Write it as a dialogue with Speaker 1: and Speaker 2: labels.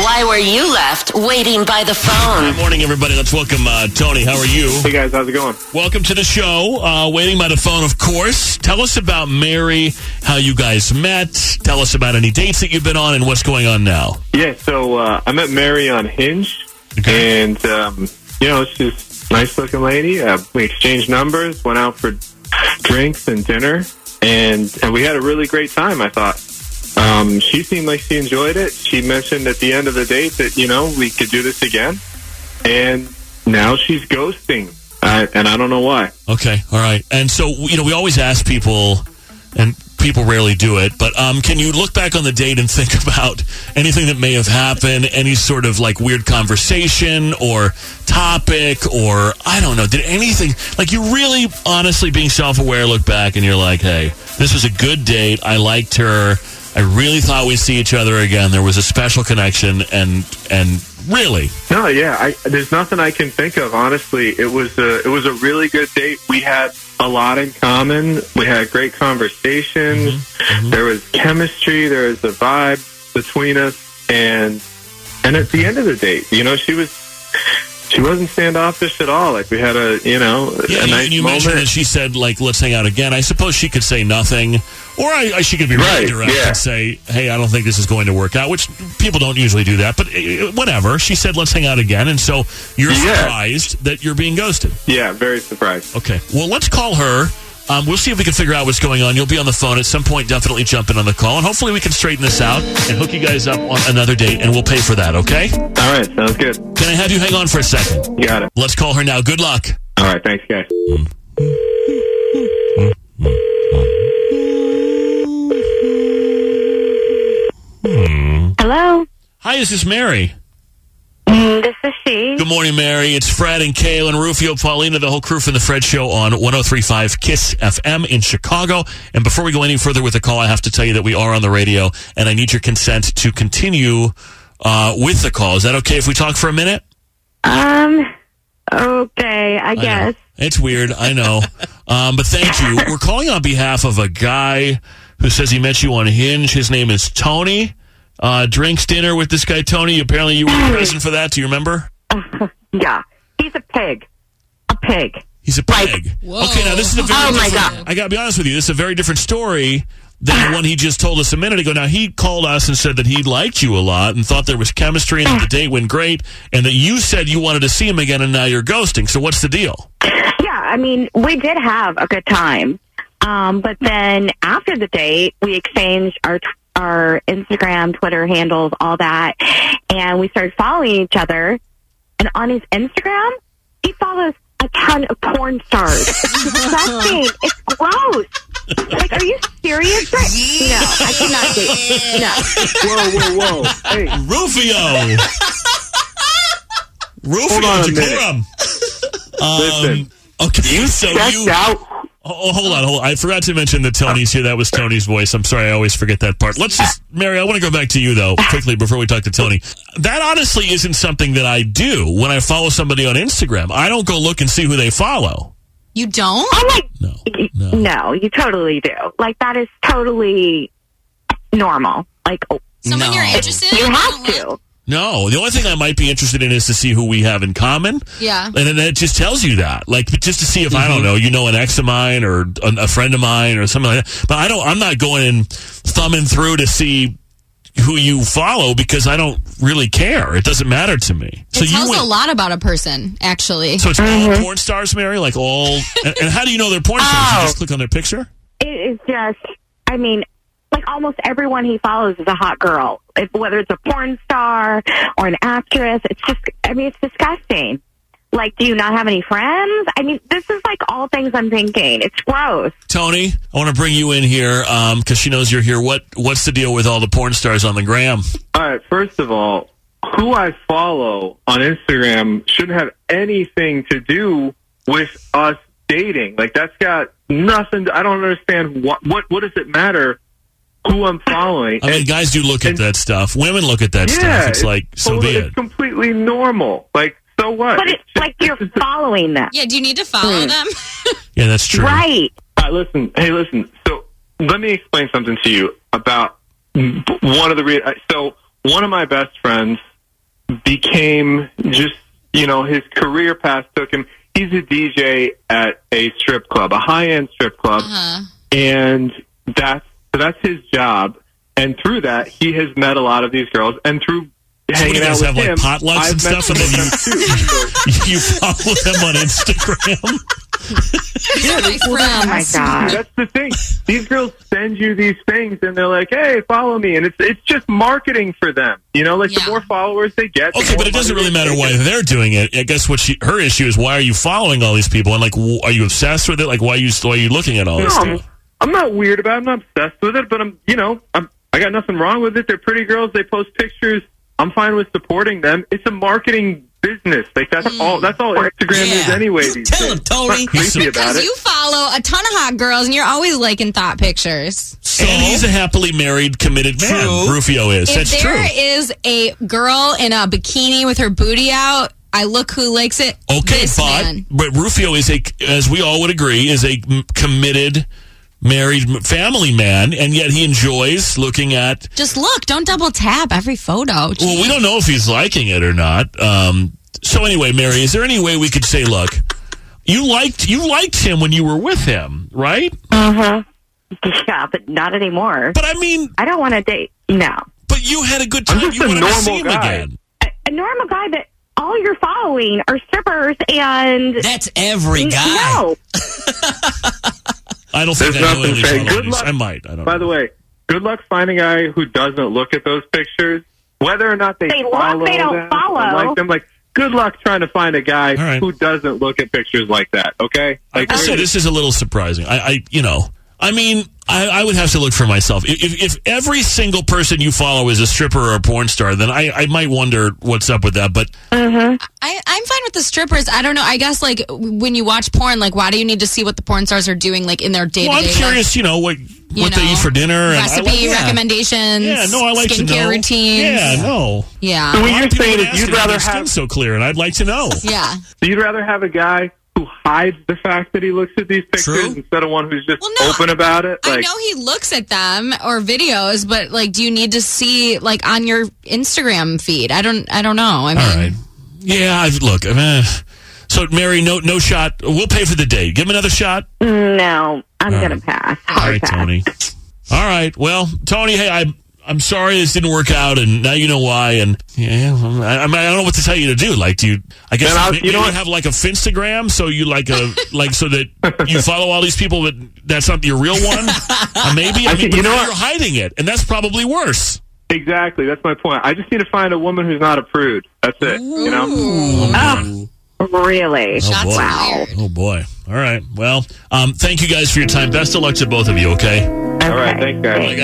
Speaker 1: Why were you left waiting by the phone?
Speaker 2: Good morning, everybody. Let's welcome uh, Tony. How are you?
Speaker 3: Hey guys, how's it going?
Speaker 2: Welcome to the show. Uh, waiting by the phone, of course. Tell us about Mary, how you guys met. Tell us about any dates that you've been on and what's going on now.
Speaker 3: Yeah, so uh, I met Mary on Hinge,
Speaker 2: Okay.
Speaker 3: and um, you know she's a nice looking lady. Uh, we exchanged numbers, went out for drinks and dinner, and and we had a really great time. I thought. Um, she seemed like she enjoyed it. She mentioned at the end of the date that you know we could do this again, and now she's ghosting, I, and I don't know why.
Speaker 2: Okay, all right. And so, you know, we always ask people, and people rarely do it, but um, can you look back on the date and think about anything that may have happened, any sort of like weird conversation or topic, or I don't know, did anything, like you really honestly being self aware, look back and you're like, hey, this was a good date. I liked her. I really thought we'd see each other again. There was a special connection, and, and, Really?
Speaker 3: No, yeah, I, there's nothing I can think of. Honestly, it was a it was a really good date. We had a lot in common. We had great conversations.
Speaker 2: Mm-hmm.
Speaker 3: There was chemistry. There was a vibe between us, and and at the end of the date, you know, she was she wasn't standoffish at all. Like we had a you know
Speaker 2: Yeah,
Speaker 3: a
Speaker 2: and
Speaker 3: nice
Speaker 2: you
Speaker 3: moment.
Speaker 2: mentioned that she said, like, let's hang out again. I suppose she could say nothing, or I, I, she could be really
Speaker 3: Right,
Speaker 2: direct
Speaker 3: yeah.
Speaker 2: and say, hey, I don't think this is going to work out, which people don't usually do that, but uh, whatever. She said, let's hang out again, and so you're
Speaker 3: Yeah.
Speaker 2: surprised that you're being ghosted.
Speaker 3: yeah, very surprised.
Speaker 2: Okay. Well, let's call her. Um, we'll see if we can figure out what's going on. You'll be on the phone at some point. Definitely jump in on the call, and hopefully we can straighten this out and hook you guys up on another date, and we'll pay for that, okay?
Speaker 3: All right, sounds good.
Speaker 2: Can I have you hang on for a second?
Speaker 3: You got it.
Speaker 2: Let's call her now. Good luck.
Speaker 3: All right, thanks, guys.
Speaker 4: Hello.
Speaker 2: Hi, is this Mary?
Speaker 4: Mm, This is she.
Speaker 2: Good morning, Mary. It's Fred and Kaylin, Rufio, Paulina, the whole crew from the Fred Show on 1035 KISS FM in Chicago. And before we go any further with the call, I have to tell you that we are on the radio and I need your consent to continue uh, with the call. Is that okay if we talk for a minute?
Speaker 4: Um. Okay, I
Speaker 2: I know.
Speaker 4: guess.
Speaker 2: It's weird. I know. um, but thank you. We're calling on behalf of a guy who says he met you on Hinge. His name is Tony. Uh, drinks dinner with this guy, Tony. Apparently, you were present for that. Do you remember?
Speaker 4: Yeah, he's a pig. A pig.
Speaker 2: He's a pig. Okay, now this is a very
Speaker 1: Oh, my
Speaker 2: different- I gotta be honest with you. This is a very different story than the one he just told us a minute ago. Now he called us and said that he liked you a lot and thought there was chemistry and that the date went great, and that you said you wanted to see him again, and now you're ghosting. So what's the deal?
Speaker 4: Yeah, I mean, we did have a good time, um, but then after the date, we exchanged our our Instagram, Twitter handles, all that, and we started following each other. And on his Instagram, he follows a ton of porn stars. It's disgusting. It's gross. Like, are you serious? Brett? No, I cannot date. No.
Speaker 3: Whoa, whoa, whoa! Hey,
Speaker 2: Rufio.
Speaker 3: Hold
Speaker 2: Rufio
Speaker 3: on a
Speaker 2: decorum.
Speaker 3: listen,
Speaker 2: Okay, so
Speaker 3: checked
Speaker 2: Um, you.
Speaker 3: out.
Speaker 2: Oh, hold on, hold on. I forgot to mention that Tony's here. That was Tony's voice. I'm sorry, I always forget that part. Let's just, Mary, I want to go back to you, though, quickly before we talk to Tony. That honestly isn't something that I do when I follow somebody on Instagram. I don't go look and see who they follow.
Speaker 5: You don't?
Speaker 4: Oh my
Speaker 2: No.
Speaker 4: No. you totally do. Like that is totally normal. Like oh,
Speaker 5: Someone
Speaker 6: No.
Speaker 5: you're interested in?
Speaker 4: you have
Speaker 5: don't
Speaker 4: to.
Speaker 2: No. The only thing I might be interested in is to see who we have in common.
Speaker 5: Yeah.
Speaker 2: And then it just tells you that. Like, but just to see if, I
Speaker 5: Mm-hmm.
Speaker 2: don't know, you know an ex of mine or a, a friend of mine or something like that. But I don't, I'm not going and thumbing through to see who you follow because I don't really care. It doesn't matter to me.
Speaker 5: It tells
Speaker 2: you went-
Speaker 5: a lot Mm-hmm. about a person, actually.
Speaker 2: So it's all porn stars, Mary? Like all. and, and how do you know they're porn stars?
Speaker 5: Oh.
Speaker 2: You just click on their picture?
Speaker 4: It is just. I mean, like almost everyone he follows is a hot girl. If, whether it's a porn star or an actress, it's just. I mean, it's disgusting. Like, do you not have any friends? I mean, this is like all things I'm thinking. It's gross.
Speaker 2: Tony, I want to bring you in here because she knows you're here. What What's the deal with all the porn stars on the gram?
Speaker 3: All right, first of all, who I follow on Instagram shouldn't have anything to do with us dating. Like that's got nothing. I don't understand what what what does it matter who I'm following?
Speaker 2: I mean, guys do look at
Speaker 3: and-
Speaker 2: that stuff. Women look at that stuff. It's like, so
Speaker 3: totally-
Speaker 2: be it.
Speaker 3: It's completely normal. Like so what?
Speaker 4: But it's
Speaker 3: just-
Speaker 4: like you're following them,
Speaker 5: Yeah, do you need to
Speaker 2: Hmm.
Speaker 5: follow them?
Speaker 2: Yeah, that's true.
Speaker 4: right?
Speaker 3: Uh, listen, hey, listen. So let me explain something to you about one of the. Re- uh, so one of my best friends became just you know his career path took him. He's a DJ at a strip club, a high end strip club,
Speaker 2: Uh-huh.
Speaker 5: Uh,
Speaker 3: and that's so that's his job. And through that, he has met a lot of these girls, and through
Speaker 2: do
Speaker 3: hanging
Speaker 2: you
Speaker 3: out
Speaker 2: guys
Speaker 3: with
Speaker 2: have, like,
Speaker 3: him,
Speaker 2: potlucks
Speaker 3: I've
Speaker 2: and
Speaker 3: met
Speaker 2: stuff, and then you-
Speaker 3: too. So-
Speaker 2: you follow them on Instagram.
Speaker 5: these are my
Speaker 4: Oh my
Speaker 5: friends.
Speaker 4: god.
Speaker 3: That's the thing. These girls send you these things, and they're like, "Hey, follow me," and it's it's just marketing for them. You know, like
Speaker 5: Yeah.
Speaker 3: the more followers they get, the
Speaker 2: Okay,
Speaker 3: more
Speaker 2: but it doesn't
Speaker 3: money
Speaker 2: really
Speaker 3: they
Speaker 2: matter
Speaker 3: make.
Speaker 2: why they're doing it. I guess what she, her issue is why are you following all these people and like w- are you obsessed with it? Like why are you why are you looking at all
Speaker 3: No,
Speaker 2: this
Speaker 3: I'm,
Speaker 2: stuff?
Speaker 3: I'm not weird about. it. I'm not obsessed with it, but I'm you know I'm I got nothing wrong with it. They're pretty girls. They post pictures. I'm fine with supporting them. It's a marketing business. Like that's all. That's all Instagram is
Speaker 6: Yeah.
Speaker 3: anyway.
Speaker 6: You
Speaker 3: these
Speaker 6: tell
Speaker 3: days.
Speaker 6: him, Tony.
Speaker 3: I'm not crazy about
Speaker 5: Because
Speaker 3: it.
Speaker 5: you follow a ton of hot girls and you're always liking thought pictures.
Speaker 6: So,
Speaker 2: and he's a happily married, committed man.
Speaker 6: True.
Speaker 2: Rufio is.
Speaker 5: If
Speaker 2: That's
Speaker 5: there
Speaker 2: true.
Speaker 5: is a girl in a bikini with her booty out, I look who likes it.
Speaker 2: Okay,
Speaker 5: this
Speaker 2: but,
Speaker 5: man.
Speaker 2: but Rufio is a, as we all would agree, is a m- committed, married m- family man, and yet he enjoys looking at.
Speaker 5: just look. Don't double tap every photo.
Speaker 2: Well, we don't know if he's liking it or not. Um, so anyway, Mary, is there any way we could say, look, you liked you liked him when you were with him, right?
Speaker 4: Yeah, but not anymore.
Speaker 2: But I mean,
Speaker 4: I don't want to date. No.
Speaker 2: but you had a good time.
Speaker 3: just
Speaker 2: you
Speaker 3: a
Speaker 2: wanted to see
Speaker 3: normal
Speaker 2: him
Speaker 3: guy.
Speaker 2: again.
Speaker 4: A, a normal guy that all you're following are strippers and
Speaker 6: That's every guy.
Speaker 4: no.
Speaker 2: I don't think
Speaker 3: There's
Speaker 2: I know
Speaker 3: nothing
Speaker 2: any
Speaker 3: saying
Speaker 2: followers.
Speaker 3: good luck.
Speaker 2: I might. I don't.
Speaker 3: By
Speaker 2: know.
Speaker 3: the way, good luck finding a guy who doesn't look at those pictures, whether or not they,
Speaker 4: They look,
Speaker 3: follow
Speaker 4: they don't
Speaker 3: them or
Speaker 4: follow.
Speaker 3: like them. Like, good luck trying to find a guy
Speaker 2: All right.
Speaker 3: who doesn't look at pictures like that. Okay,
Speaker 2: I
Speaker 3: like
Speaker 2: will say
Speaker 3: we're-
Speaker 2: this is a little surprising. I, I you know, I mean, I, I would have to look for myself. If, if- if every single person you follow is a stripper or a porn star, then I, I might wonder what's up with that. But
Speaker 5: I, I'm fine with the strippers. I don't know. I guess like w- when you watch porn, like why do you need to see what the porn stars are doing like in their day to
Speaker 2: well, I'm
Speaker 5: day
Speaker 2: curious, you know, what what they
Speaker 5: know,
Speaker 2: eat for dinner and I
Speaker 5: recipe
Speaker 2: like- yeah.
Speaker 5: recommendations?
Speaker 2: Yeah, no, I like
Speaker 5: skincare
Speaker 2: to know.
Speaker 5: routines.
Speaker 2: Yeah, no.
Speaker 5: yeah,
Speaker 3: So
Speaker 2: A
Speaker 3: what
Speaker 2: lot
Speaker 3: you're
Speaker 2: of people
Speaker 3: saying
Speaker 2: would
Speaker 3: is
Speaker 2: ask
Speaker 3: you'd
Speaker 2: it,
Speaker 3: rather
Speaker 2: their skin's
Speaker 3: have
Speaker 2: so clear, and I'd like to know.
Speaker 5: yeah.
Speaker 3: you'd rather have a guy who hides the fact that he looks at these pictures
Speaker 6: True.
Speaker 3: instead of one who's just
Speaker 5: Well, no,
Speaker 3: open about it.
Speaker 5: I
Speaker 3: Like,
Speaker 5: know he looks at them or videos, but like, do you need to see like on your Instagram feed? I don't. I don't know. I mean,
Speaker 2: All right. Yeah, I've, look. I mean, so Mary, no, no shot. We'll pay for the date. Give him another shot.
Speaker 4: No, I'm
Speaker 2: All
Speaker 4: gonna
Speaker 2: right.
Speaker 4: pass.
Speaker 2: All right,
Speaker 4: Pass.
Speaker 2: Tony. All right. Well, Tony, hey, I, I'm sorry this didn't work out, and now you know why. And yeah, I, I, mean, I don't know what to tell you to do. Like, do you? I guess
Speaker 3: Then I'll-
Speaker 2: may-
Speaker 3: you
Speaker 2: maybe
Speaker 3: know what?
Speaker 2: have like a Finstagram, so you like a like so that you follow all these people, but that's not your real one. Uh, maybe I
Speaker 3: Okay,
Speaker 2: mean, but
Speaker 3: you know
Speaker 2: now
Speaker 3: what?
Speaker 2: you're hiding it, and that's probably worse.
Speaker 3: exactly. That's my point. I just need to find a woman who's not a prude. That's it. You know.
Speaker 4: Really?
Speaker 5: Shots
Speaker 2: boy.
Speaker 5: wow.
Speaker 2: Oh boy. All right. Well, um, thank you guys for your time. Best of luck to both of you. Okay.
Speaker 3: All right. Thanks, guys.